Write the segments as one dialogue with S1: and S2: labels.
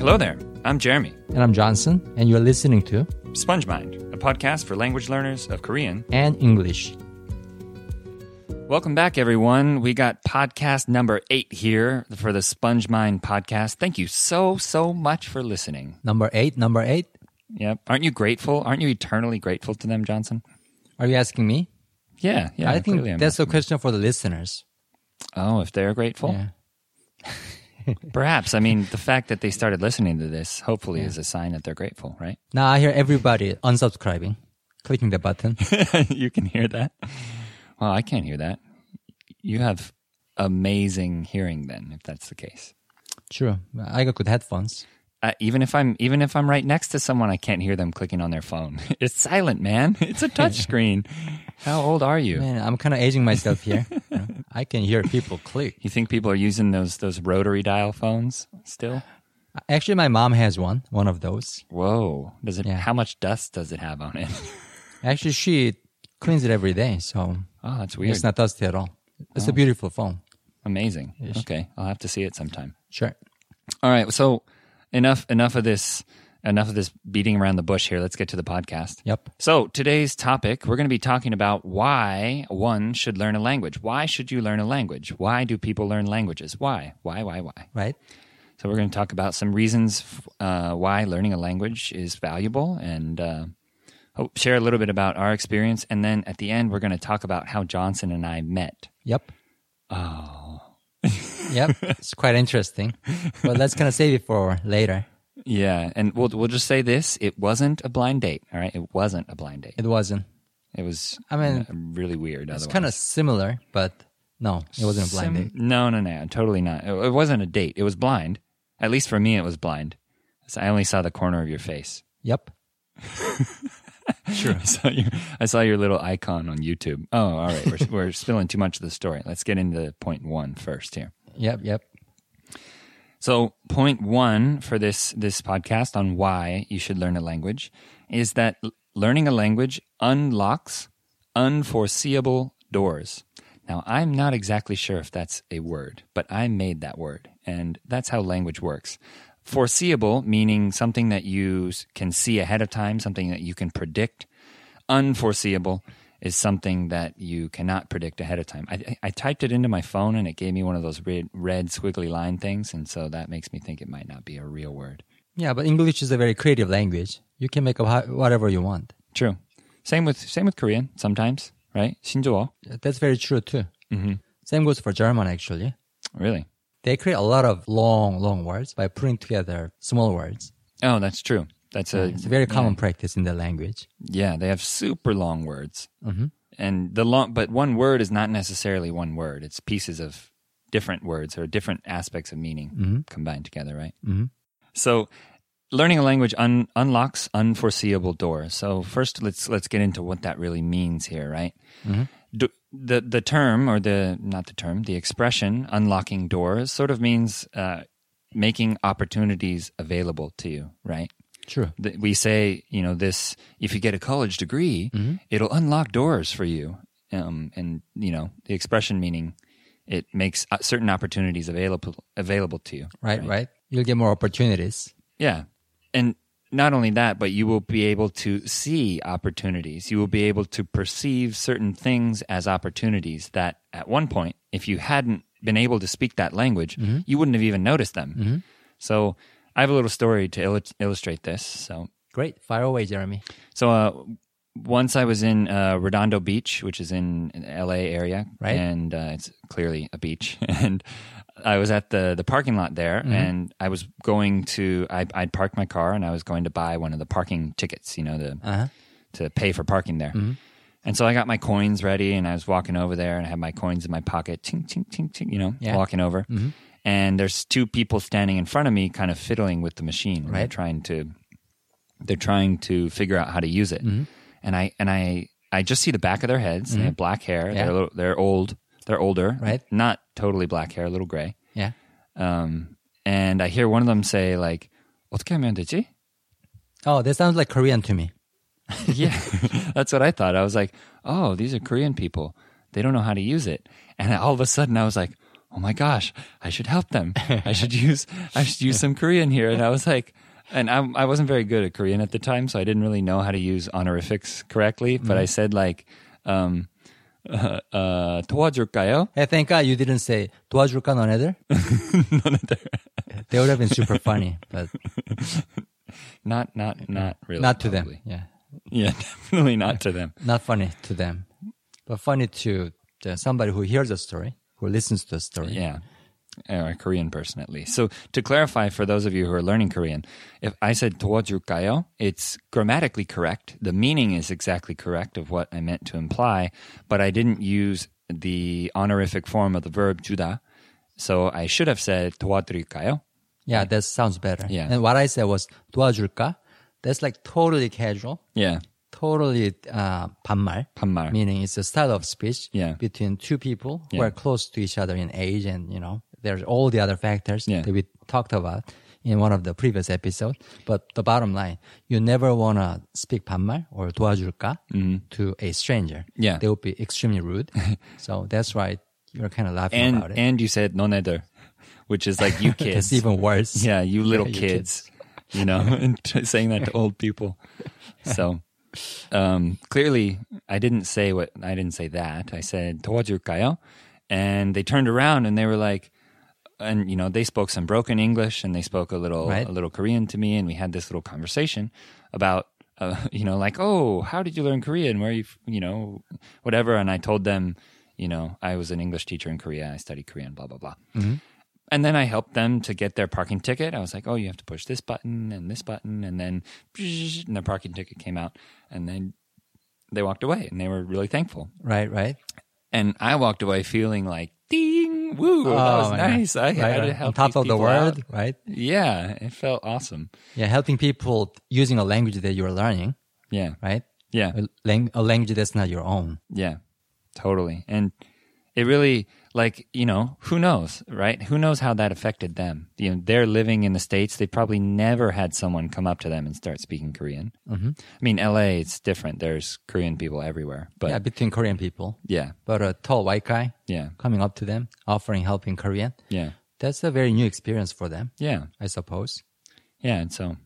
S1: Hello there. I'm Jeremy,
S2: And I'm Johnson, and you're listening to
S1: Sponge Mind, a podcast for language learners of Korean.
S2: And English.
S1: Welcome back, everyone. We got podcast number eight here for the Sponge Mind podcast. Thank you so, so much for listening.
S2: Number eight, number eight.
S1: Yep. Aren't you grateful? Aren't you eternally grateful to them, Johnson?
S2: Are you asking me?
S1: Yeah. Yeah.
S2: I think
S1: clearly I'm-
S2: that's a question for the listeners.
S1: Oh, if they're grateful?
S2: Yeah.
S1: Perhaps. I mean, the fact that they started listening to this hopefully is a sign that they're grateful, right?
S2: Now I hear everybody unsubscribing, clicking the button.
S1: you can hear that? Well, I can't hear that. You have amazing hearing then, if that's the case.
S2: True. I got good headphones.
S1: Uh, even if I'm even if I'm right next to someone, I can't hear them clicking on their phone. It's silent, man. It's a touchscreen. How old are you?
S2: Man, I'm kind of aging myself here. You know, I can hear people click.
S1: You think people are using those those rotary dial phones still?
S2: Actually, my mom has one, one of those.
S1: Whoa! Does it?
S2: Yeah.
S1: How much dust does it have on it?
S2: Actually, she cleans it every day, so
S1: Oh, that's weird.
S2: it's not dusty at all. It's
S1: Oh.
S2: a beautiful phone.
S1: Amazing. Okay, I'll have to see it sometime.
S2: Sure.
S1: All right. So enough enough of this enough of this beating around the bush here. Let's get to the podcast.
S2: Yep.
S1: So today's topic, we're going to be talking about why one should learn a language. Why should you learn a language? Why do people learn languages? Why? Why? Why? Why?
S2: Right.
S1: So we're going to talk about some reasons f- uh, why learning a language is valuable and. Uh, hope- Share a little bit about our experience, and then at the end, we're going to talk about how Johnson and I met.
S2: Yep. Oh. yep. It's quite interesting. But let's kind of save it for later.
S1: Yeah, and we'll we'll just say this: it wasn't a blind date. All right, it wasn't a blind date.
S2: It wasn't.
S1: It was.
S2: I mean,
S1: uh, really weird.
S2: It's kind of similar, but no, it wasn't a blind date.
S1: No, no, no, totally not. It, it wasn't a date. It was blind. At least for me, it was blind. So I only saw the corner of your face.
S2: Yep.
S1: Sure. I saw your, I saw your little icon on YouTube. Oh, all right. We're, we're spilling too much of the story. Let's get into point one first here.
S2: Yep. Yep.
S1: So, point one for this this podcast on why you should learn a language is that l- learning a language unlocks unforeseeable doors. Now, I'm not exactly sure if that's a word, but I made that word, and that's how language works. Foreseeable meaning something that you s- can see ahead of time, something that you can predict. Unforeseeable is something that you cannot predict ahead of time. I- I, I typed it into my phone and it gave me one of those red, red squiggly line things, and so that makes me think it might not be a real word.
S2: Yeah, but English is a very creative language. You can make up ho- whatever you want.
S1: True. Same with same with Korean sometimes, right? 신조어.
S2: That's very true too. Mm-hmm. Same goes for German actually.
S1: Really?
S2: They create a lot of long, long words by putting together small words.
S1: Oh, that's true. That's a
S2: It's a very common practice in the language.
S1: yeah. They have super long words, mm-hmm. and the long, but one word is not necessarily one word. It's pieces of different words or different aspects of meaning combined together, right? Mm-hmm. So, learning a language un- unlocks unforeseeable doors. So first, let's let's get into what that really means here, right? Do, the the term or the not the term the expression unlocking doors sort of means uh, making opportunities available to you, right?
S2: True.
S1: Th- we say, you know, this if you get a college degree, it'll unlock doors for you. Um, and you know, the expression meaning it makes uh, certain opportunities available available to you.
S2: Right, right. You'll get more opportunities.
S1: Yeah. And not only that, but you will be able to see opportunities. You will be able to perceive certain things as opportunities that at one point, if you hadn't been able to speak that language, you wouldn't have even noticed them. So I have a little story to illu- illustrate this. So
S2: Great. Fire away, Jeremy.
S1: so uh, once I was in uh, Redondo Beach, which is in an LA area,
S2: Right.
S1: And uh, it's clearly a beach. and I was at the the parking lot there, and I was going to I, I'd parked my car, and I was going to buy one of the parking tickets, you know, the to pay for parking there. And so I got my coins ready, and I was walking over there, and I had my coins in my pocket, ting ting ting ting, you know,
S2: Yeah. Mm-hmm.
S1: walking over. And there's two people standing in front of me, kind of fiddling with the machine, right?
S2: Right.
S1: Trying to they're trying to figure out how to use it.
S2: Mm-hmm.
S1: And I and I I just see the back of their heads. They have black hair.
S2: Yeah.
S1: They're a little, they're old. They're older.
S2: Right.
S1: Not totally black hair. A little gray.
S2: Yeah.
S1: Um, and I hear one of them say like, "어떻게 하면 되지?"
S2: Oh, that sounds like Korean to me.
S1: yeah, that's what I thought. I was like, "Oh, these are Korean people. They don't know how to use it." And all of a sudden, I was like, oh my gosh, I should help them. I should use I should use some Korean here. And I was like, and I, I wasn't very good at Korean at the time, so I didn't really know how to use honorifics correctly. But I said like, um, uh, uh, 도와줄까요?
S2: Hey, thank God you didn't say 도와줄까 non either. They would have been super funny, but
S1: Not not not really.
S2: not to them.
S1: probably.
S2: Yeah,
S1: Yeah, definitely not to them.
S2: not funny to them, but funny to the, somebody who hears the story, who listens to the story.
S1: Yeah. Or a Korean person at least. So to clarify for those of you who are learning Korean, if I said 도와줄까요, it's grammatically correct. The meaning is exactly correct of what I meant to imply, but I didn't use the honorific form of the verb 주다. So I should have said 도와드릴까요.
S2: Yeah, that sounds better.
S1: Yeah.
S2: And what I said was 도와줄까? That's like totally casual,
S1: Yeah.
S2: totally uh, 반말,
S1: 반말.
S2: meaning it's a style of speech
S1: Yeah.
S2: between two people who
S1: Yeah.
S2: are close to each other in age and, you know, there's all the other factors
S1: Yeah.
S2: that we talked about in one of the previous episodes. But the bottom line, you never want to speak 반말 or 도와줄까 to a stranger.
S1: Mm-hmm. Yeah.
S2: They would be extremely rude. so that's why you're kind of laughing
S1: And
S2: about it.
S1: and you said no neither, which is like you
S2: it's
S1: kids.
S2: even worse.
S1: Yeah, you little
S2: you
S1: kids, you know, and t- saying that to old people. So um, clearly, I didn't say what I didn't say that. I said 도와줄까요? And they turned around and they were like, and you know, they spoke some broken English and they spoke a little
S2: Right.
S1: a little Korean to me, and we had this little conversation about. Uh, you know, like, oh, how did you learn Korean? Where you, f- you know, whatever. And I told them, you know, I was an English teacher in Korea. I studied Korean, blah, blah, blah. And then I helped them to get their parking ticket. I was like, oh, you have to push this button and this button. And then and their parking ticket came out. And then they walked away and they were really thankful.
S2: Right, right.
S1: And I walked away feeling like, ding, woo, that
S2: Oh,
S1: was
S2: man.
S1: nice. I
S2: Right,
S1: had
S2: right.
S1: to
S2: on
S1: help
S2: top
S1: these
S2: of the
S1: people out.
S2: world, right?
S1: Yeah, it felt awesome.
S2: Yeah, helping people using a language that you're learning,
S1: Yeah,
S2: right?
S1: yeah,
S2: A, lang- a language that's not your own.
S1: yeah, totally. And it really, like, you know, who knows, right? Who knows how that affected them? You know, they're living in the States. They probably never had someone come up to them and start speaking Korean.
S2: Mm-hmm.
S1: I mean, LA, it's different. There's Korean people everywhere.
S2: yeah,
S1: But
S2: between Korean people.
S1: yeah,
S2: But a tall white guy
S1: yeah,
S2: coming up to them, offering help in Korean,
S1: yeah,
S2: that's a very new experience for them,
S1: yeah,
S2: I suppose.
S1: yeah. And so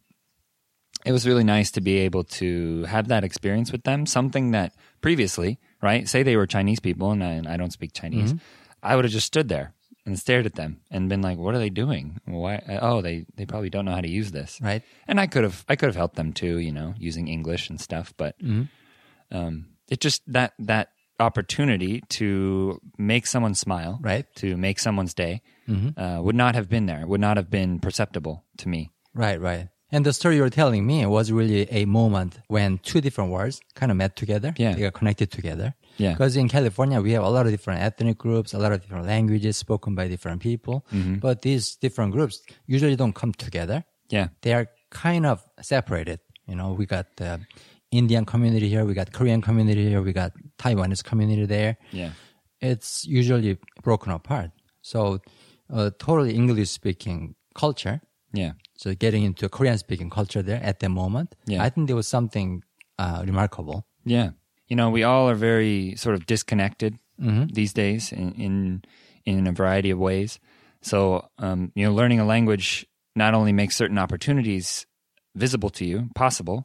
S1: it was really nice to be able to have that experience with them. Something that previously, right? Say they were Chinese people and I, and I don't speak Chinese,
S2: Mm-hmm.
S1: I would have just stood there and stared at them and been like, what are they doing? Why? Oh, they, they probably don't know how to use this.
S2: Right.
S1: And I could have, I could have helped them too, you know, using English and stuff. But
S2: Mm-hmm.
S1: um, it just that that opportunity to make someone smile,
S2: Right. Mm-hmm.
S1: to make someone's day uh, would not have been there, would not have been perceptible to me.
S2: Right, right. And the story you're telling me was really a moment when two different worlds kind of met together.
S1: Yeah.
S2: They got connected together.
S1: Yeah.
S2: Because in California, we have a lot of different ethnic groups, a lot of different languages spoken by different people.
S1: Mm-hmm.
S2: But these different groups usually don't come together.
S1: Yeah,
S2: They are kind of separated. You know, we got the Indian community here, we got Korean community here, we got Taiwanese community there
S1: yeah,
S2: it's usually broken apart. So, a totally English speaking culture,
S1: yeah,
S2: so getting into Korean speaking culture there at the moment,
S1: Yeah.
S2: I think there was something uh, remarkable.
S1: yeah. You know, we all are very sort of disconnected these days in, in in a variety of ways. So, um, you know, learning a language not only makes certain opportunities visible to you, possible,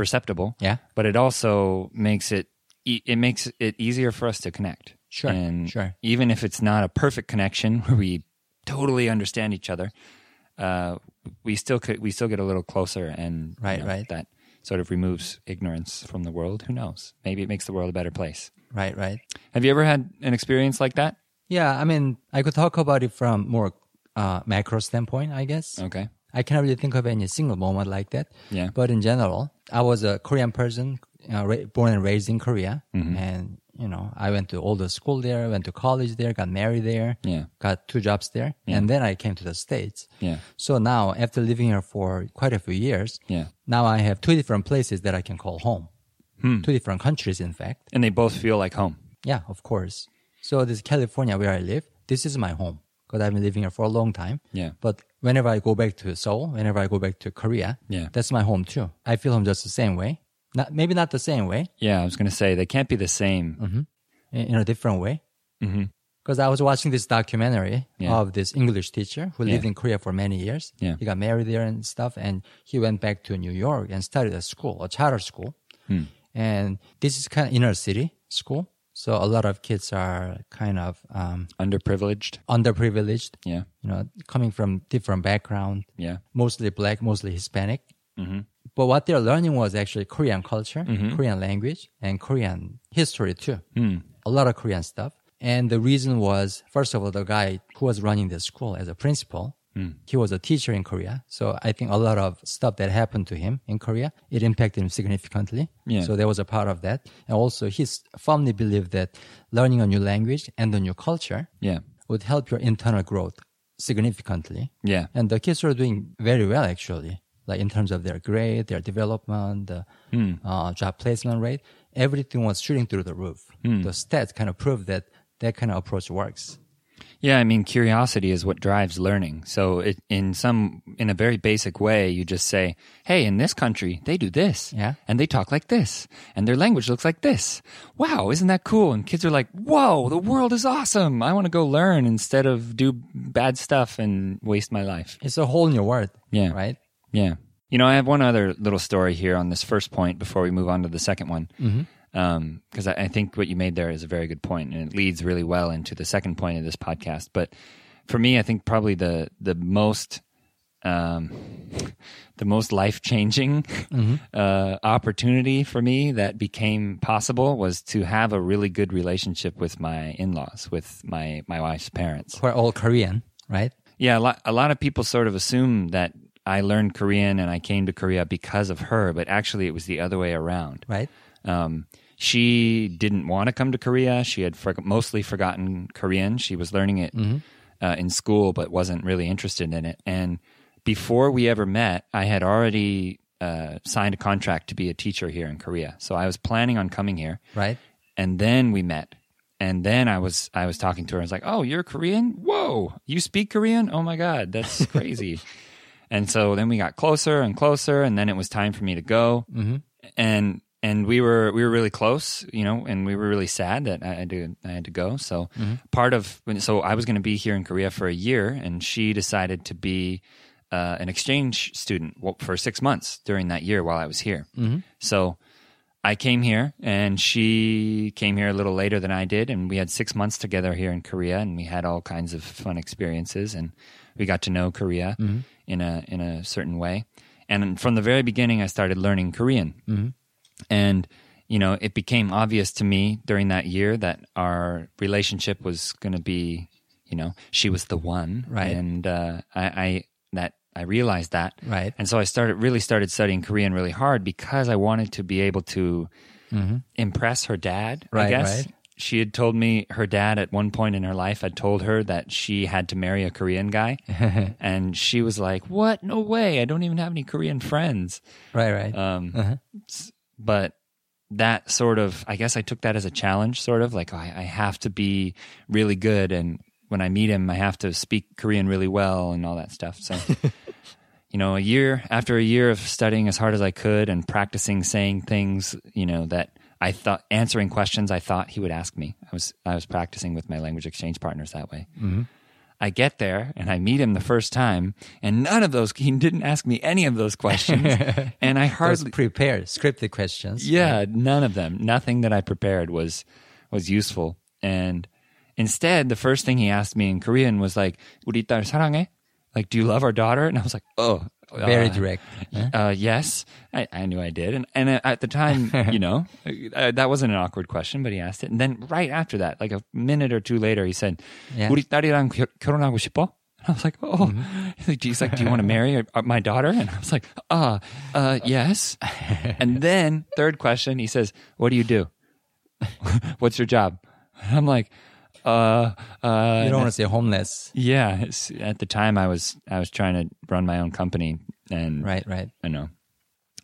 S1: perceptible,
S2: Yeah,
S1: but it also makes it e- it makes it easier for us to connect.
S2: Sure,
S1: and
S2: sure.
S1: Even if it's not a perfect connection where we totally understand each other, uh, we still could we still get a little closer, and you
S2: Right, right.
S1: that sort of removes ignorance from the world. Who knows? Maybe it makes the world a better place.
S2: right, right.
S1: Have you ever had an experience like that?
S2: Yeah, I mean, I could talk about it from more uh, macro standpoint, I guess.
S1: Okay,
S2: I cannot really think of any single moment like that.
S1: Yeah.
S2: But in general, I was a Korean person, uh, ra- born and raised in Korea, and you know, I went to all the school there, went to college there, got married there,
S1: Yeah.
S2: got two jobs there, and then I came to the states.
S1: Yeah.
S2: So now, after living here for quite a few years,
S1: Yeah.
S2: now I have two different places that I can call home, two different countries, in fact.
S1: and they both feel like home.
S2: Yeah, of course. So this California where I live, this is my home because I've been living here for a long time.
S1: Yeah.
S2: But whenever I go back to Seoul, whenever I go back to Korea,
S1: Yeah.
S2: that's my home too. I feel home just the same way. Not maybe not the same way, Mm-hmm.
S1: Yeah, I was going to say they can't be the same.
S2: in in a different way. because I was watching this documentary
S1: Mm-hmm. Yeah.
S2: of this English teacher who lived
S1: Yeah.
S2: in Korea for many years.
S1: Yeah.
S2: He got married there and stuff, and he went back to New York and started a school, a charter school.
S1: Hmm.
S2: And this is kind of inner city school, so a lot of kids are kind of um,
S1: Underprivileged.
S2: underprivileged.
S1: Yeah.
S2: You know, coming from different background,
S1: Yeah.
S2: mostly black, mostly Hispanic. But what they're learning was actually Korean culture, Korean language, and Korean history too. A lot of Korean stuff. And the reason was, first of all, the guy who was running the school as a principal, he was a teacher in Korea. So I think a lot of stuff that happened to him in Korea, it impacted him significantly.
S1: Yeah.
S2: So there was a part of that. And also he s- firmly believed that learning a new language and a new culture
S1: Yeah.
S2: would help your internal growth significantly.
S1: Yeah.
S2: And the kids are doing very well, actually, like in terms of their grade, their development, the
S1: Hmm.
S2: uh, job placement rate. Everything was shooting through the roof.
S1: Hmm.
S2: The stats kind of prove that that kind of approach works.
S1: Yeah, I mean, curiosity is what drives learning. So, it, in some, in a very basic way, you just say, "Hey, in this country, they do this,
S2: Yeah.
S1: and they talk like this, and their language looks like this. Wow, isn't that cool?" And kids are like, "Whoa, the world is awesome! I want to go learn instead of do bad stuff and waste my life."
S2: It's a whole new world,
S1: Yeah.
S2: right?
S1: Yeah. You know, I have one other little story here on this first point before we move on to the second one. Because I, I think what you made there is a very good point, and it leads really well into the second point of this podcast. But for me, I think probably the the most um, the most life changing uh, opportunity for me that became possible was to have a really good relationship with my in laws, with my my wife's parents.
S2: We're all Korean, right?
S1: Yeah, a lot, a lot of people sort of assume that I learned Korean and I came to Korea because of her, but actually it was the other way around.
S2: Right?
S1: Um, she didn't want to come to Korea. She had forg mostly forgotten Korean. She was learning it uh, in school, but wasn't really interested in it. And before we ever met, I had already uh, signed a contract to be a teacher here in Korea. So I was planning on coming here
S2: Right?
S1: and then we met and then i was i was talking to her i was like oh you're korean whoa you speak korean oh my god that's crazy and so then we got closer and closer and then it was time for me to go mm-hmm. and and we were we were really close you know and we were really sad that i had to i had to go so part of so i was going to be here in korea for a year and she decided to be uh, an exchange student wa- for six months during that year while i was here so I came here and she came here a little later than I did. And we had six months together here in Korea and we had all kinds of fun experiences and we got to know Korea in, a, in a certain way. And from the very beginning, I started learning Korean. And, you know, it became obvious to me during that year that our relationship was going to be, you know, she was the one.
S2: Right.
S1: And uh, I, I, that, I realized that.
S2: Right.
S1: And so I started really started studying Korean really hard because I wanted to be able to impress her dad. I
S2: Mm-hmm. Right,
S1: guess
S2: right.
S1: she had told me her dad at one point in her life had told her that she had to marry a Korean guy, and she was like, "What? No way! I don't even have any Korean friends."
S2: Right, right.
S1: Um, s- But that sort of, I guess I took that as a challenge, sort of like, I, I have to be really good. And when I meet him, I have to speak Korean really well and all that stuff. So, you know, a year after a year of studying as hard as I could and practicing saying things, you know, that I thought answering questions I thought he would ask me. I was I was practicing with my language exchange partners that way. I get there and I meet him the first time, and none of those, he didn't ask me any of those questions. and I
S2: Those
S1: hardly,
S2: prepared, scripted questions.
S1: yeah, none of them. Nothing that I prepared was was useful. And instead, the first thing he asked me in Korean was like, "우리 딸 사랑해?" Like, "Do you love our daughter?" And I was like, "Oh,
S2: Very
S1: uh,
S2: direct.
S1: Uh, yes, I, I knew I did, and and at the time, you know, uh, that wasn't an awkward question, but he asked it, and then right after that, like a minute or two later, he said,
S2: Yeah.
S1: "우리 딸이랑 결- 결혼하고 싶어?" And I was like, "Oh," he's like, do you- he's like, "Do you want to marry uh, my daughter?" And I was like, "Uh, uh, yes." and then third question, he says, "What do you do? What's your job?" And I'm like, "Uh, uh."
S2: You don't want to say homeless.
S1: yeah, it's- at the time I was I was trying to run my own company and
S2: Right, right.
S1: I know.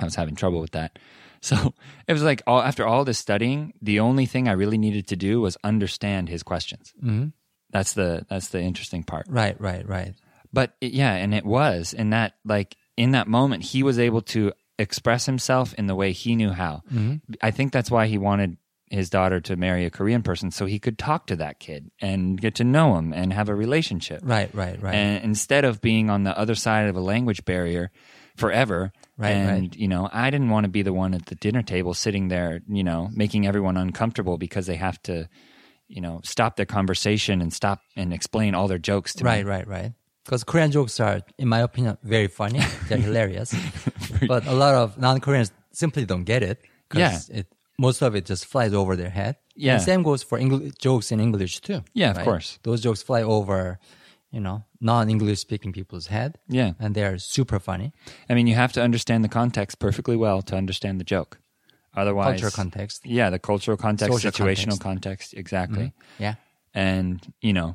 S1: I was having trouble with that. So it was like all, after all this studying, the only thing I really needed to do was understand his questions. Mm-hmm. That's the that's the interesting part.
S2: Right, right, right.
S1: But it, yeah, and it was in that like in that moment he was able to express himself in the way he knew how. I think that's why he wanted his daughter to marry a Korean person so he could talk to that kid and get to know him and have a relationship.
S2: Right, right, right.
S1: And instead of being on the other side of a language barrier forever.
S2: Right,
S1: and you know, I didn't want to be the one at the dinner table sitting there, you know, making everyone uncomfortable because they have to, you know, stop their conversation and stop and explain all their jokes to me.
S2: Right, right, right. Because Korean jokes are, in my opinion, very funny. They're hilarious. But a lot of non Koreans simply don't get it. 'cause It, most of it just flies over their head.
S1: Yeah.
S2: And same goes for Engl- jokes in English, too.
S1: Yeah, of course.
S2: Those jokes fly over, you know, non English speaking people's head.
S1: Yeah.
S2: And they're super funny.
S1: I mean, you have to understand the context perfectly well to understand the joke. Otherwise,
S2: Cultural context.
S1: Yeah, the cultural context,
S2: Social
S1: situational context, exactly.
S2: Yeah.
S1: And you know,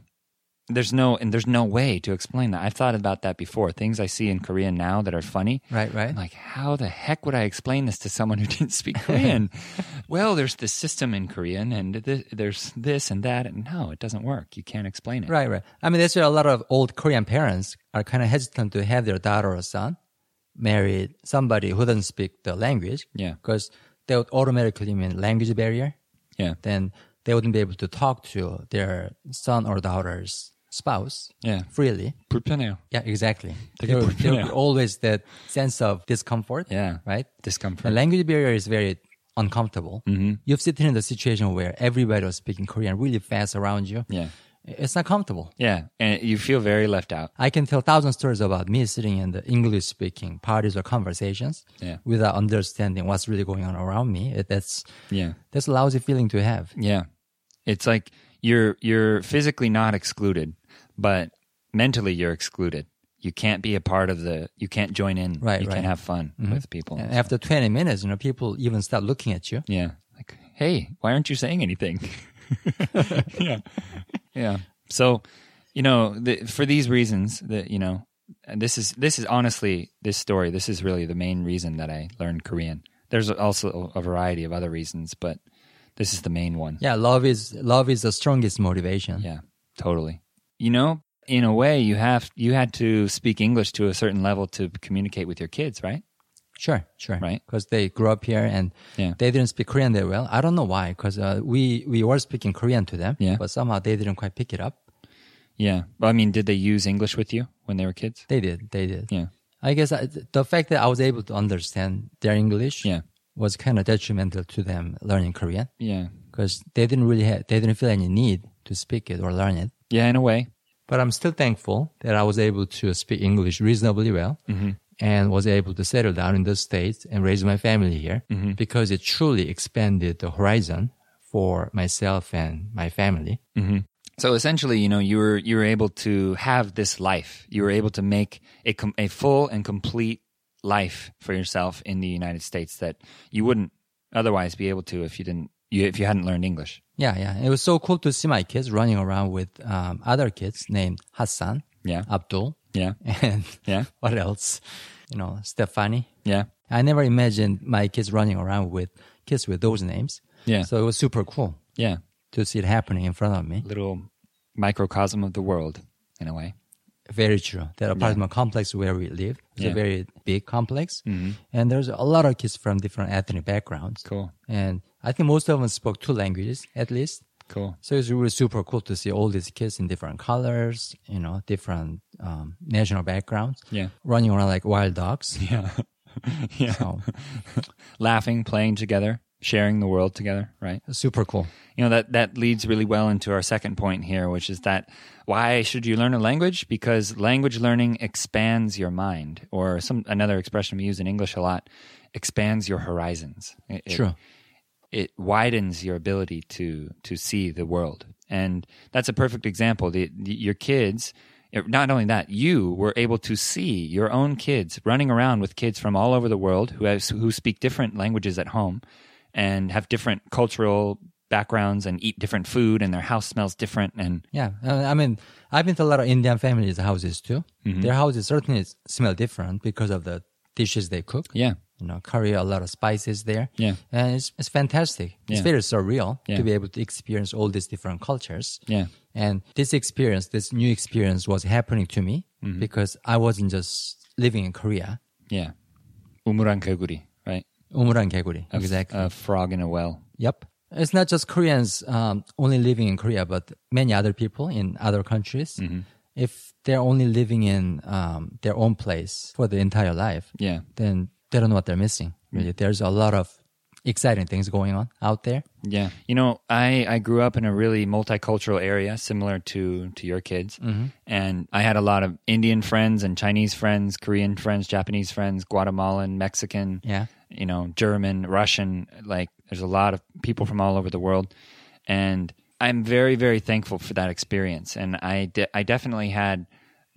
S1: there's no and there's no way to explain that. I've thought about that before. Things I see in Korean now that are funny.
S2: Right, right.
S1: I'm like, how the heck would I explain this to someone who didn't speak Korean? well, there's this system in Korean, and th- there's this and that, and no, it doesn't work. You can't explain it.
S2: Right, right. I mean, that's why a lot of old Korean parents are kind of hesitant to have their daughter or son marry somebody who doesn't speak the language.
S1: Yeah.
S2: Because they would automatically mean language barrier.
S1: Yeah,
S2: Then they wouldn't be able to talk to their son or daughter's spouse
S1: yeah.
S2: freely.
S1: 불편해요.
S2: Yeah, exactly.
S1: 되게
S2: There, would- there would
S1: 불편해요.
S2: be always that sense of discomfort.
S1: Yeah.
S2: Right? The
S1: Discomfort.
S2: language barrier is very uncomfortable.
S1: Mm-hmm.
S2: You've sitting in the situation where everybody was speaking Korean really fast around you.
S1: Yeah.
S2: It's not comfortable.
S1: Yeah, and you feel very left out.
S2: I can tell thousand stories about me sitting in the English speaking parties or conversations
S1: Yeah.
S2: without understanding what's really going on around me. It- That's
S1: Yeah.
S2: that's a lousy feeling to have.
S1: Yeah. It's like you're you're physically not excluded, but mentally you're excluded. You can't be a part of the you can't join in.
S2: Right,
S1: You
S2: right. Mm-hmm.
S1: can't have fun with people.
S2: And after 20 minutes, you know, people even start looking at you.
S1: Yeah. Like, hey, why aren't you saying anything? yeah. Yeah. So, you know, the, for these reasons that, you know, and this is this is honestly this story, this is really the main reason that I learned Korean. There's also a variety of other reasons, but this is the main one.
S2: Yeah, love is love is the strongest motivation.
S1: Yeah, totally. You know, in a way, you have you had to speak English to a certain level to communicate with your kids, right?
S2: Sure, sure.
S1: Right.
S2: Because they grew up here and
S1: Yeah.
S2: they didn't speak Korean that well. I don't know why, because uh, we, we were speaking Korean to them,
S1: Yeah.
S2: but somehow they didn't quite pick it up.
S1: Yeah. Well, I mean, did they use English with you when they were kids?
S2: They did, they did.
S1: Yeah.
S2: I guess I, the fact that I was able to understand their English
S1: Yeah.
S2: was kind of detrimental to them learning Korean
S1: Yeah.
S2: because they didn't really have, they didn't feel any need to speak it or learn it.
S1: Yeah, in a way.
S2: But I'm still thankful that I was able to speak English reasonably well
S1: Mm-hmm.
S2: and was able to settle down in the States and raise my family here
S1: Mm-hmm.
S2: because it truly expanded the horizon for myself and my family.
S1: So essentially, you know, you were you were able to have this life. You were able to make a com- a full and complete life for yourself in the United States that you wouldn't otherwise be able to if you didn't you, if you hadn't learned English.
S2: Yeah, yeah. It was so cool to see my kids running around with um, other kids named Hassan,
S1: Yeah.
S2: Abdul,
S1: Yeah.
S2: and
S1: Yeah.
S2: what else? You know, Stefani.
S1: Yeah.
S2: I never imagined my kids running around with kids with those names.
S1: Yeah.
S2: So it was super cool
S1: Yeah.
S2: to see it happening in front of me.
S1: Little microcosm of the world in a way.
S2: Very true. That apartment complex where we live is
S1: Yeah. Mm-hmm.
S2: a very big complex. And there's a lot of kids from different ethnic backgrounds.
S1: Cool.
S2: And I think most of them spoke two languages at least.
S1: Cool.
S2: So it's really super cool to see all these kids in different colors, you know, different um, national backgrounds.
S1: Yeah.
S2: Running around like wild dogs.
S1: Yeah. yeah.
S2: So
S1: Laughing, playing together, sharing the world together, right?
S2: super cool.
S1: You know that that leads really well into our second point here, which is that why should you learn a language? Because language learning expands your mind, or some another expression we use in English a lot, expands your horizons. It- it-
S2: True.
S1: it widens your ability to to see the world and that's a perfect example the, the- your kids eh, not only that you were able to see your own kids running around with kids from all over the world who has, who speak different languages at home and have different cultural backgrounds and eat different food and their house smells different and
S2: Yeah, uh, I mean, I've been to a lot of Indian families' houses too.
S1: Mm-hmm.
S2: Their houses certainly s- smell different because of the dishes they cook.
S1: yeah
S2: You know, curry a lot of spices there.
S1: Yeah.
S2: and it's it's fantastic. It's
S1: Yeah.
S2: very surreal
S1: Yeah.
S2: to be able to experience all these different cultures.
S1: Yeah.
S2: and this experience, this new experience, was happening to me
S1: Mm-hmm.
S2: because I wasn't just living in Korea.
S1: yeah umuran kaguri right
S2: 우물안 개구리.
S1: A f-
S2: Exactly.
S1: a frog in a well
S2: yep. It's not just Koreans um, only living in Korea, but many other people in other countries. If they're only living in um, their own place for their entire life,
S1: Yeah.
S2: then they don't know what they're missing. Really, there's a lot of exciting things going on out there.
S1: Yeah. You know, I, I grew up in a really multicultural area similar to, to your kids. And I had a lot of Indian friends and Chinese friends, Korean friends, Japanese friends, Guatemalan, Mexican,
S2: Yeah.
S1: you know, German, Russian. Like, there's a lot of people from all over the world. And I'm very, very thankful for that experience. And I, de- I definitely had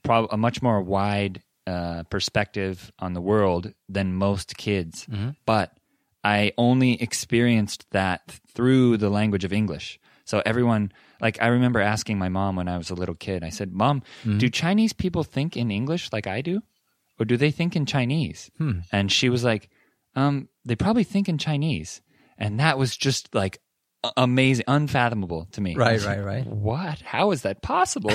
S1: prob- a much more wide uh, perspective on the world than most kids. But I only experienced that through the language of English. So everyone, like, I remember asking my mom when I was a little kid, I said, Mom, do Chinese people think in English like I do? Or do they think in Chinese? And she was like, um, They probably think in Chinese. And that was just like a- amazing, unfathomable to me.
S2: Right, right, right.
S1: what how is that possible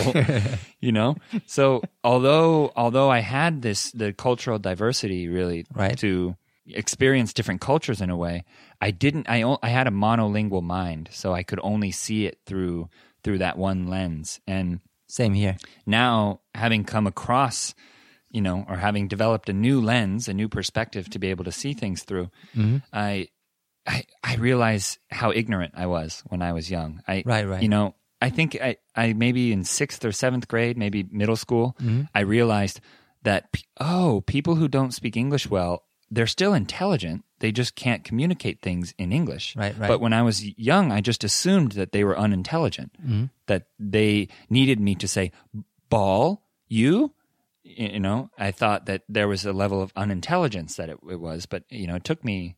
S1: you know so although although i had this the cultural diversity really
S2: Right.
S1: to experience different cultures in a way i didn't i o- i had a monolingual mind so i could only see it through through that one lens and
S2: Same here.
S1: now having come across you know or having developed a new lens a new perspective to be able to see things through
S2: Mm-hmm.
S1: I, I i realize how ignorant i was when i was young i
S2: Right, right.
S1: you know i think i, I maybe in sixth or seventh grade maybe middle school
S2: Mm-hmm.
S1: i realized that p- oh people who don't speak english well they're still intelligent they just can't communicate things in english
S2: Right, right.
S1: but when I was young, I just assumed that they were unintelligent,
S2: Mm-hmm.
S1: that they needed me to say, ball, you. Y- You know, I thought that there was a level of unintelligence that it, it was, but, you know, it took me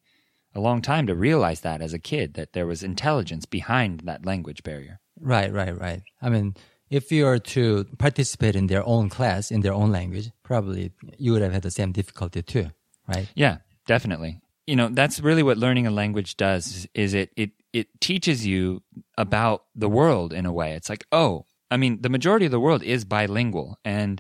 S1: a long time to realize that as a kid, that there was intelligence behind that language barrier.
S2: Right, right, right. I mean, if you were to participate in their own class in their own language, probably you would have had the same difficulty too, right?
S1: Yeah, definitely. You know, that's really what learning a language does is it it it teaches you about the world in a way. It's like, oh, I mean, the majority of the world is bilingual and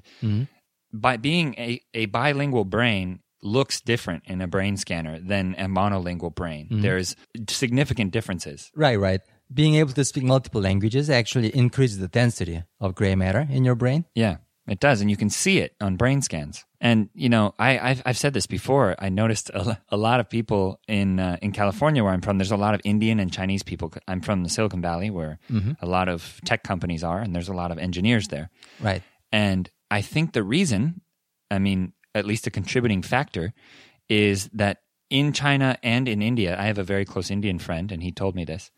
S1: by being a, a bilingual brain looks different in a brain scanner than a monolingual brain. There's significant differences.
S2: Right, right. Being able to speak multiple languages actually increases the density of gray matter in your brain.
S1: Yeah, it does, and you can see it on brain scans. And you know, I, I've I've said this before. I noticed a, lo- a lot of people in uh, in California, where I'm from. There's a lot of Indian and Chinese people. I'm from the Silicon Valley, where a lot of tech companies are, and there's a lot of engineers there.
S2: Right.
S1: And I think the reason, I mean, at least a contributing factor, is that in China and in India, I have a very close Indian friend, and he told me this.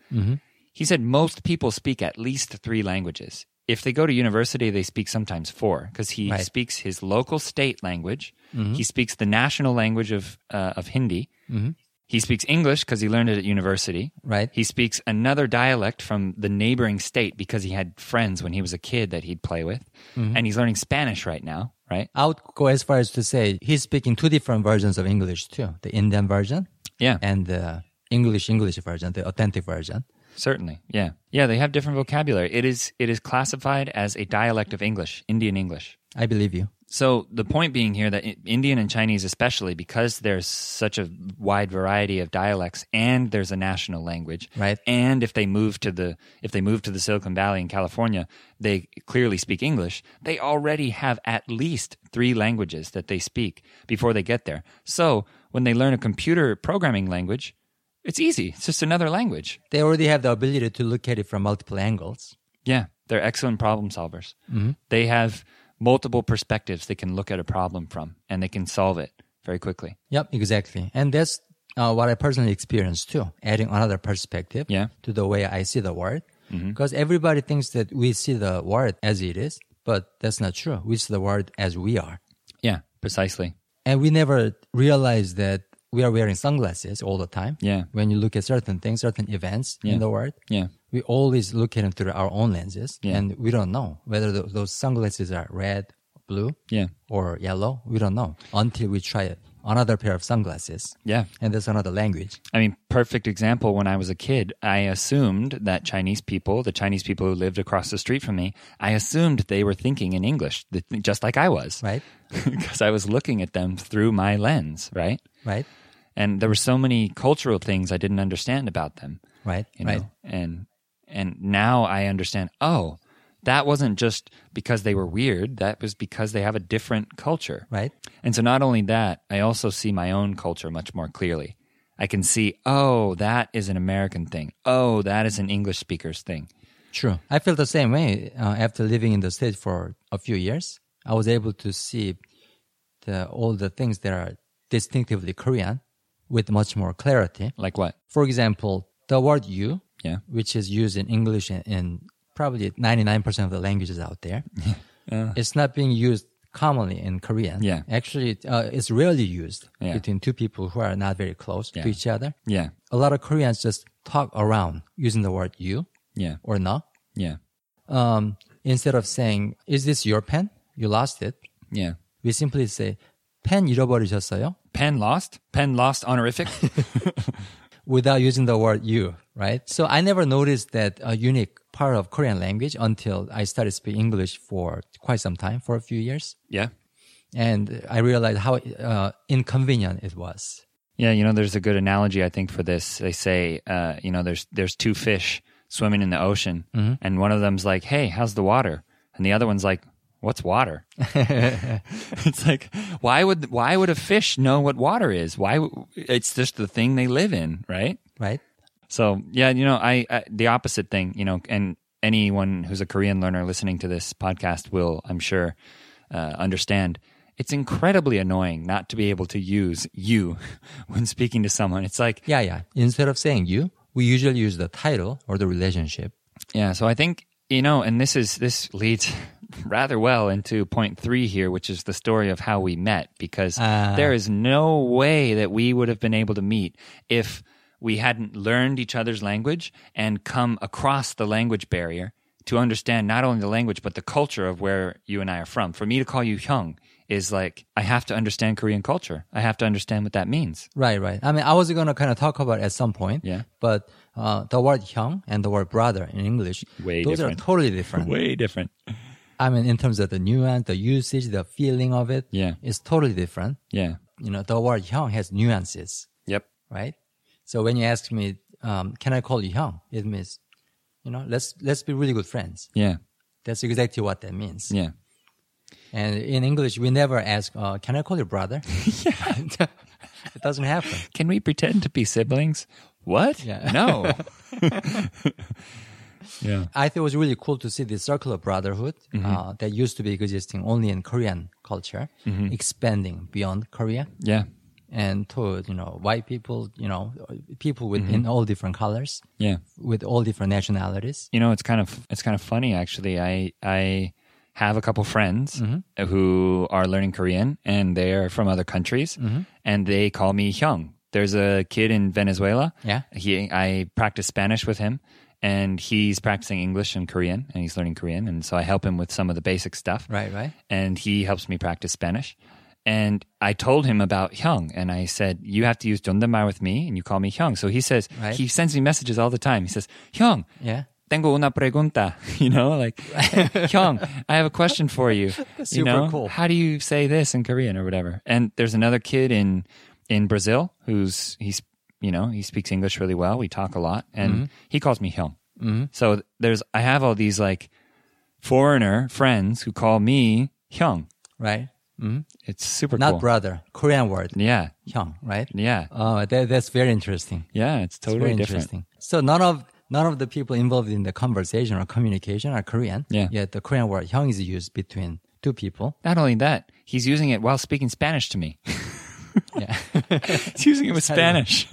S1: He said most people speak at least three languages. If they go to university, they speak sometimes four because he
S2: Right. Mm-hmm.
S1: speaks his local state language. He speaks the national language of, uh, of Hindi. He speaks English because he learned it at university.
S2: Right.
S1: He speaks another dialect from the neighboring state because he had friends when he was a kid that he'd play with.
S2: Mm-hmm.
S1: And he's learning Spanish right now, right?
S2: I would go as far as to say he's speaking two different versions of English too the Indian version
S1: Yeah,
S2: and the English English version, the authentic version.
S1: certainly. Yeah. Yeah, they have different vocabulary. It is it is classified as a dialect of English, Indian English.
S2: I believe you.
S1: So the point being here that I- Indian and Chinese, especially because there's such a wide variety of dialects, and there's a national language,
S2: Right.
S1: And if they move to the if they move to the Silicon Valley in California, they clearly speak English. They already have at least three languages that they speak before they get there. So when they learn a computer programming language, it's easy. It's just another language.
S2: They already have the ability to look at it from multiple angles.
S1: Yeah, they're excellent problem solvers. They have multiple perspectives they can look at a problem from, and they can solve it very quickly.
S2: Yep, exactly. And that's uh, what I personally experienced too, adding another perspective
S1: Yeah.
S2: to the way I see the world. Because everybody thinks that we see the world as it is, but that's not true. We see the world as we are.
S1: Yeah, precisely.
S2: And we never realize that we are wearing sunglasses all the time.
S1: Yeah.
S2: When you look at certain things, certain events
S1: Yeah.
S2: in the world,
S1: Yeah,
S2: we always look at them through our own lenses.
S1: Yeah.
S2: And we don't know whether th- those sunglasses are red, blue,
S1: yeah,
S2: or yellow. We don't know until we try it. Another pair of sunglasses.
S1: yeah.
S2: And that's another language.
S1: I mean, perfect example. When I was a kid, I assumed that Chinese people, the Chinese people who lived across the street from me, I assumed they were thinking in English, th- just like I was,
S2: Right.
S1: Because I was looking at them through my lens, right?
S2: Right.
S1: and there were so many cultural things I didn't understand about them.
S2: Right.
S1: you know
S2: right.
S1: and and now i understand oh that wasn't just because they were weird that was because they have a different culture
S2: Right.
S1: and so not only that i also see my own culture much more clearly i can see oh that is an american thing oh that is an english speaker's thing
S2: True. I feel the same way uh, after living in the States for a few years. I was able to see the, all the things that are distinctively Korean with much more clarity.
S1: like what
S2: For example, the word you,
S1: yeah
S2: which is used in English in, in probably 99% of the languages out there, it's not being used commonly in Korean.
S1: Yeah.
S2: Actually, it, uh, it's rarely used
S1: Yeah.
S2: between two people who are not very close
S1: Yeah.
S2: to each other.
S1: yeah
S2: A lot of Koreans just talk around using the word you
S1: yeah
S2: or no
S1: yeah
S2: um, instead of saying, is this your pen? You lost it.
S1: yeah
S2: We simply say, pen 잃어버리셨어요?
S1: pen lost pen lost honorific
S2: Without using the word you, right? So I never noticed that a unique part of Korean language until I started speaking English for quite some time, for a few years.
S1: yeah
S2: And I realized how uh, inconvenient it was.
S1: Yeah, you know, there's a good analogy I think for this. They say, uh, you know, there's there's two fish swimming in the ocean, and one of them's like, "Hey, how's the water?" and the other one's like, "What's water?" it's like, why would why would a fish know what water is? Why w- it's just the thing they live in, right?
S2: Right?
S1: So yeah, you know, I, I the opposite thing, you know, and anyone who's a Korean learner listening to this podcast will, I'm sure, uh, understand. It's incredibly annoying not to be able to use you when speaking to someone. It's like
S2: Yeah, yeah. Instead of saying you, we usually use the title or the relationship.
S1: Yeah, so I think you know, and this is this leads rather well into point three here, which is the story of how we met, because there is no way that we would have been able to meet if we hadn't learned each other's language and come across the language barrier to understand not only the language but the culture of where you and I are from. For me to call you Hyung is like I have to understand Korean culture. I have to understand what that means.
S2: Right, right. I mean, I was going to kind of talk about it at some point.
S1: Yeah.
S2: But uh, the word hyung and the word brother in English,
S1: Way
S2: those
S1: different.
S2: are totally different.
S1: Way different.
S2: I mean, in terms of the nuance, the usage, the feeling of it,
S1: Yeah.
S2: it's totally different.
S1: Yeah.
S2: You know, the word hyung has nuances,
S1: Yep.
S2: right? So when you ask me, um, can I call you hyung? It means, you know, let's let's be really good friends.
S1: Yeah.
S2: That's exactly what that means.
S1: Yeah.
S2: And in English, we never ask, uh, can I call you brother? it doesn't happen.
S1: Can we pretend to be siblings? What?
S2: Yeah.
S1: No. yeah.
S2: I think it was really cool to see the circular brotherhood
S1: Mm-hmm.
S2: uh, that used to be existing only in Korean culture
S1: Mm-hmm.
S2: expanding beyond Korea
S1: Yeah.
S2: and to you know white people, you know people with in
S1: Mm-hmm.
S2: all different colors,
S1: Yeah.
S2: with all different nationalities.
S1: You know, it's kind of it's kind of funny actually. I I have a couple friends
S2: Mm-hmm.
S1: who are learning Korean and they're from other countries
S2: Mm-hmm.
S1: and they call me Hyung. There's a kid in Venezuela.
S2: Yeah.
S1: He I practice Spanish with him and he's practicing English and Korean and he's learning Korean and so I help him with some of the basic stuff.
S2: Right, right.
S1: and he helps me practice Spanish. And I told him about Hyung, and I said, "You have to use 존댓말 with me, and you call me Hyung." So he says
S2: Right.
S1: he sends me messages all the time. He says, "Hyung,
S2: Yeah.
S1: tengo una pregunta," you know, like "Hyung, I have a question for you." you
S2: Super
S1: know,
S2: cool.
S1: how do you say this in Korean or whatever? And there's another kid in in Brazil who's he's you know he speaks English really well. We talk a lot, and
S2: Mm-hmm.
S1: he calls me Hyung. So there's I have all these like foreigner friends who call me Hyung.
S2: Right. hmm
S1: It's super
S2: Not
S1: cool.
S2: brother, Korean word
S1: yeah.
S2: hyung, right?
S1: Yeah.
S2: Oh, that, that's very interesting.
S1: Yeah. It's
S2: It's
S1: totally
S2: very
S1: different.
S2: interesting. So none of none of the people involved in the conversation or communication are Korean.
S1: Yeah.
S2: Yet the Korean word hyung is used between two people.
S1: Not only that, he's using it while speaking Spanish to me.
S2: Yeah.
S1: he's using it with Spanish.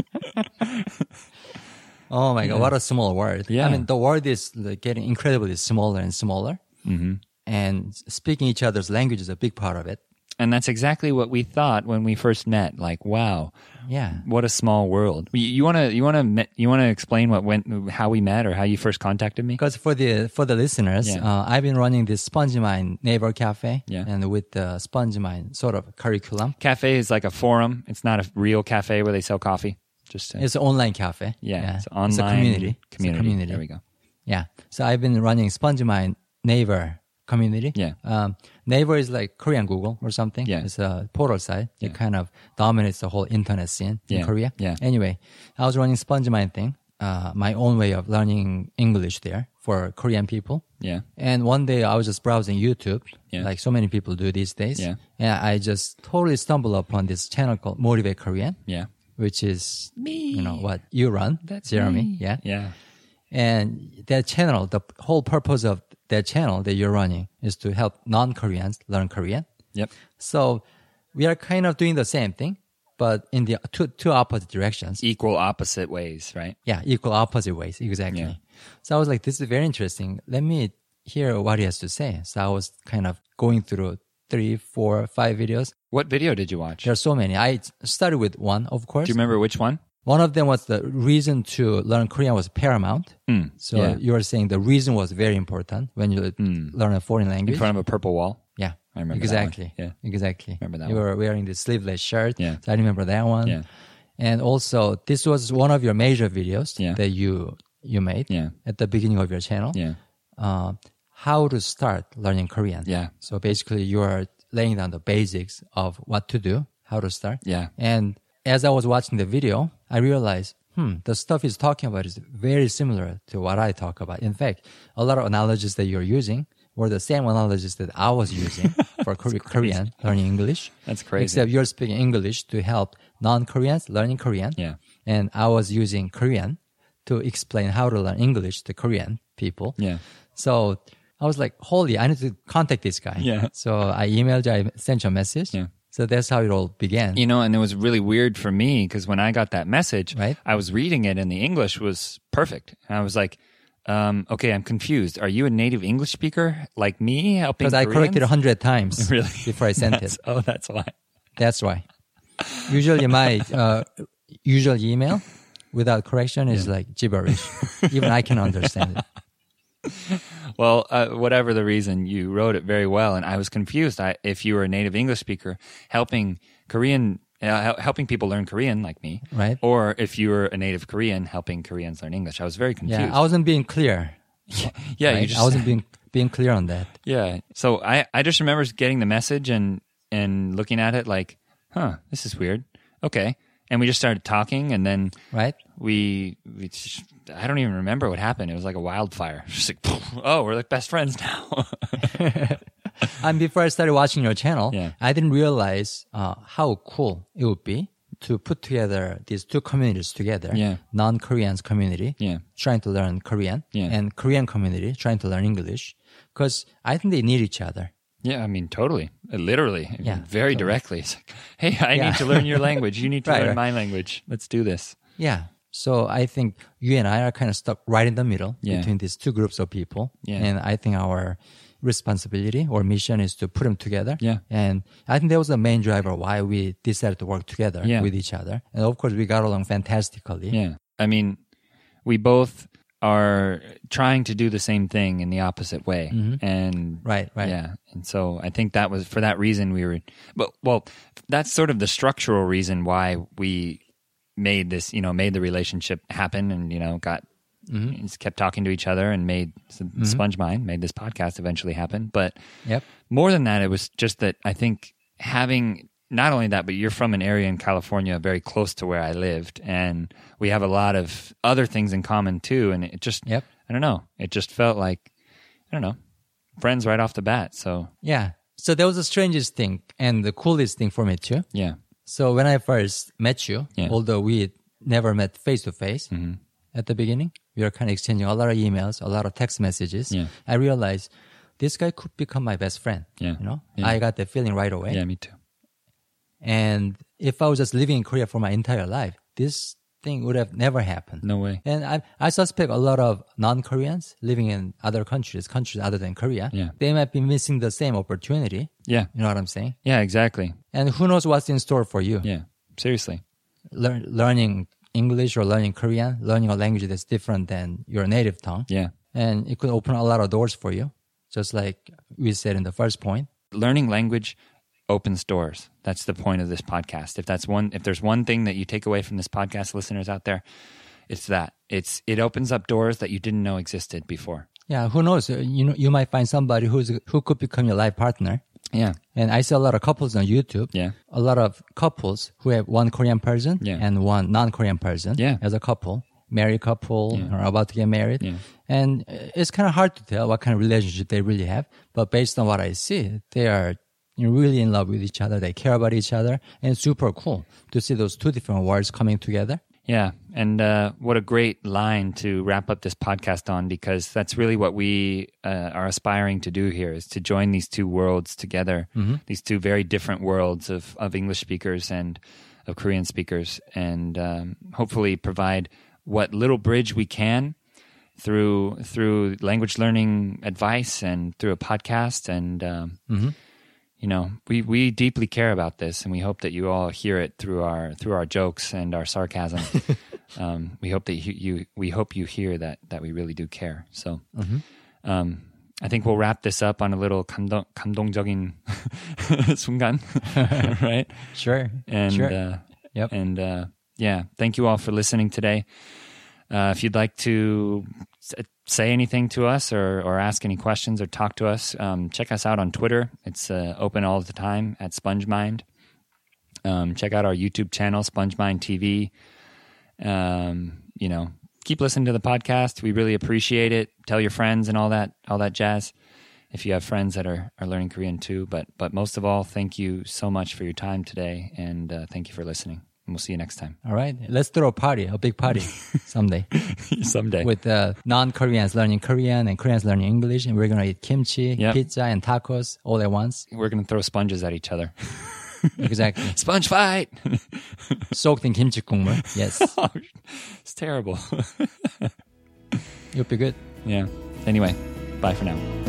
S2: Oh my god, what a small word.
S1: Yeah.
S2: I mean, the word is like, getting incredibly smaller and smaller. Mm-hmm. And speaking each other's language is a big part of it.
S1: and that's exactly what we thought when we first met. Like, wow,
S2: Yeah.
S1: what a small world. You- You want to you want to you want to explain what went how we met or how you first contacted me?
S2: Because for the for the listeners,
S1: Yeah.
S2: uh, I've been running this SpongeMind Neighbor Cafe,
S1: Yeah.
S2: and with the SpongeMind sort of curriculum,
S1: Cafe is like a forum. It's not a real cafe where they sell coffee. Just to,
S2: it's an online cafe.
S1: yeah, it's online
S2: it's a community. It's a
S1: Community.
S2: community.
S1: There we go.
S2: Yeah. So I've been running SpongeMind Neighbor community.
S1: Yeah.
S2: Um, Naver is like Korean Google or something.
S1: Yeah.
S2: It's a portal site.
S1: Yeah.
S2: It kind of dominates the whole internet scene
S1: Yeah.
S2: in Korea.
S1: Yeah.
S2: Anyway, I was running SpongeMind thing, uh, my own way of learning English there for Korean people.
S1: Yeah.
S2: And one day I was just browsing YouTube,
S1: Yeah.
S2: like so many people do these days.
S1: Yeah.
S2: And I just totally stumbled upon this channel called Motivate Korean,
S1: Yeah.
S2: which is,
S1: Me.
S2: you know, what you run,
S1: That's
S2: Jeremy.
S1: me.
S2: Yeah.
S1: Yeah.
S2: And that channel, the whole purpose of that channel that you're running is to help non-Koreans learn Korean.
S1: Yep.
S2: So we are kind of doing the same thing, but in the two, two opposite directions.
S1: Equal opposite ways, right?
S2: Yeah, equal opposite ways. Exactly.
S1: Yeah.
S2: So I was like, this is very interesting. Let me hear what he has to say. So I was kind of going through three, four, five videos.
S1: What video did you watch?
S2: There are so many. I started with one, of course.
S1: Do you remember which one?
S2: one of them was the reason to learn Korean was paramount. so
S1: Mm, yeah.
S2: you were saying the reason was very important when you learn a foreign
S1: In
S2: language.
S1: front of a purple wall.
S2: Yeah,
S1: I remember that one.
S2: exactly.
S1: Yeah.
S2: exactly.
S1: Remember that
S2: You were wearing the sleeveless shirt.
S1: Yeah.
S2: so I remember that one.
S1: Yeah.
S2: and also this was one of your major videos
S1: Yeah.
S2: that you you made
S1: Yeah.
S2: at the beginning of your channel.
S1: Yeah.
S2: Uh, how to start learning Korean.
S1: Yeah.
S2: So basically, you are laying down the basics of what to do, how to start.
S1: Yeah.
S2: And as I was watching the video, I realized, hmm, the stuff he's talking about is very similar to what I talk about. In fact, a lot of analogies that you're using were the same analogies that I was using for Kore- Korean learning English.
S1: That's crazy.
S2: Except you're speaking English to help non-Koreans learning Korean.
S1: Yeah.
S2: And I was using Korean to explain how to learn English to Korean people.
S1: Yeah.
S2: So I was like, holy, I need to contact this guy.
S1: Yeah.
S2: So I emailed you, I sent you a message.
S1: Yeah.
S2: So that's how it all began.
S1: You know, and it was really weird for me because when I got that message,
S2: Right.
S1: I was reading it and the English was perfect. And I was like, um, okay, I'm confused. Are you a native English speaker like me helping
S2: Because I corrected a
S1: Koreans?
S2: hundred times
S1: Really?
S2: before I sent
S1: That's-
S2: it.
S1: Oh, that's why.
S2: That's why. Usually my uh, usual email without correction is like gibberish. Even I can understand it.
S1: Well, uh, whatever the reason, you wrote it very well, and I was confused. I, if you were a native English speaker helping Korean, uh, hel- helping people learn Korean like me,
S2: Right.
S1: Or if you were a native Korean helping Koreans learn English, I was very confused.
S2: Yeah, I wasn't being clear.
S1: yeah,
S2: right?
S1: you just,
S2: I wasn't being being clear on that.
S1: yeah. So I, I just remember getting the message and and looking at it like, huh, this is weird. Okay, and we just started talking, and then
S2: Right?
S1: we, we just, I don't even remember what happened. It was like a wildfire. Just like, oh, we're like best friends now.
S2: And before I started watching your channel,
S1: Yeah.
S2: I didn't realize uh, how cool it would be to put together these two communities together.
S1: Yeah.
S2: Non-Koreans community
S1: Yeah.
S2: trying to learn Korean
S1: Yeah.
S2: and Korean community trying to learn English because I think they need each other.
S1: Yeah, I mean, totally, Uh, literally, I mean,
S2: Yeah,
S1: very directly. It's like, hey, I need to learn your language. You need to
S2: Right,
S1: learn
S2: right.
S1: my language. Let's do this.
S2: Yeah. So I think you and I are kind of stuck right in the middle
S1: Yeah.
S2: between these two groups of people.
S1: Yeah.
S2: And I think our responsibility or mission is to put them together.
S1: Yeah.
S2: And I think that was the main driver why we decided to work together
S1: Yeah.
S2: with each other. And of course, we got along fantastically.
S1: Yeah, I mean, we both are trying to do the same thing in the opposite way,
S2: Mm-hmm.
S1: and
S2: Right, right.
S1: yeah. And so I think that was for that reason we were, but well, that's sort of the structural reason why we made this, you know, made the relationship happen, and you know, got just kept talking to each other, and made Sponge Mind made this podcast eventually happen, but.
S2: Yep.
S1: more than that, it was just that I think having not only that, but you're from an area in California very close to where I lived, and we have a lot of other things in common too. And it just,
S2: Yep.
S1: I don't know, it just felt like, I don't know, friends right off the bat. So
S2: Yeah. So that was the strangest thing and the coolest thing for me too.
S1: yeah,
S2: So when I first met you,
S1: Yeah. Mm-hmm.
S2: although we never met face to face at the beginning, we were kind of exchanging a lot of emails, a lot of text messages.
S1: Yeah.
S2: I realized this guy could become my best friend.
S1: Yeah.
S2: You know,
S1: Yeah.
S2: I got that feeling right away.
S1: yeah, me too.
S2: And if I was just living in Korea for my entire life, this thing would have never happened.
S1: No way.
S2: And I, I suspect a lot of non-Koreans living in other countries, countries other than Korea,
S1: Yeah.
S2: they might be missing the same opportunity.
S1: Yeah,
S2: You know what I'm saying?
S1: yeah, exactly.
S2: And who knows what's in store for you?
S1: Yeah, seriously.
S2: Learn, learning English or learning Korean, learning a language that's different than your native tongue.
S1: Yeah.
S2: And it could open a lot of doors for you, just like we said in the first point.
S1: learning language opens doors that's the point of this podcast if that's one if there's one thing that you take away from this podcast listeners out there it's that it's it opens up doors that you didn't know existed before
S2: Yeah, who knows? Uh, You know, you might find somebody who's who could become your life partner.
S1: Yeah.
S2: And I see a lot of couples on YouTube.
S1: Yeah.
S2: A lot of couples who have one Korean person
S1: Yeah.
S2: and one non-Korean person
S1: Yeah.
S2: as a couple, married couple or about to get married.
S1: Yeah.
S2: And uh, it's kind of hard to tell what kind of relationship they really have. But based on what I see, they are really in love with each other. They care about each other and it's super cool to see those two different worlds coming together.
S1: Yeah. And uh, what a great line to wrap up this podcast on because that's really what we uh, are aspiring to do here is to join these two worlds together, these two very different worlds of, of English speakers and of Korean speakers, and um, hopefully provide what little bridge we can through through language learning advice and through a podcast and um, you know we, we deeply care about this and we hope that you all hear it through our through our jokes and our sarcasm um, we hope that you, you we hope you hear that that we really do care so um, I think we'll wrap this up on a little 감동, 감동적인 순간 right
S2: Sure.
S1: and
S2: sure.
S1: uh,
S2: Yep.
S1: and uh, yeah thank you all for listening today uh, if you'd like to s- uh, say anything to us or, or ask any questions or talk to us um, check us out on twitter it's uh, open all the time at spongemind um, check out our youtube channel spongemind tv um, you know keep listening to the podcast we really appreciate it tell your friends and all that all that jazz if you have friends that are, are learning korean too but but most of all thank you so much for your time today and uh, thank you for listening and we'll see you next time
S2: All right. Let's throw a party, a big party someday.
S1: someday
S2: with uh, non-Koreans learning Korean and Koreans learning English, and we're gonna eat kimchi,
S1: Yep.
S2: pizza, and tacos all at once.
S1: we're gonna throw sponges at each other
S2: Exactly,
S1: sponge fight Oh,
S2: soaked in kimchi 국물. Yes,
S1: it's terrible
S2: you'll be good.
S1: yeah anyway bye for now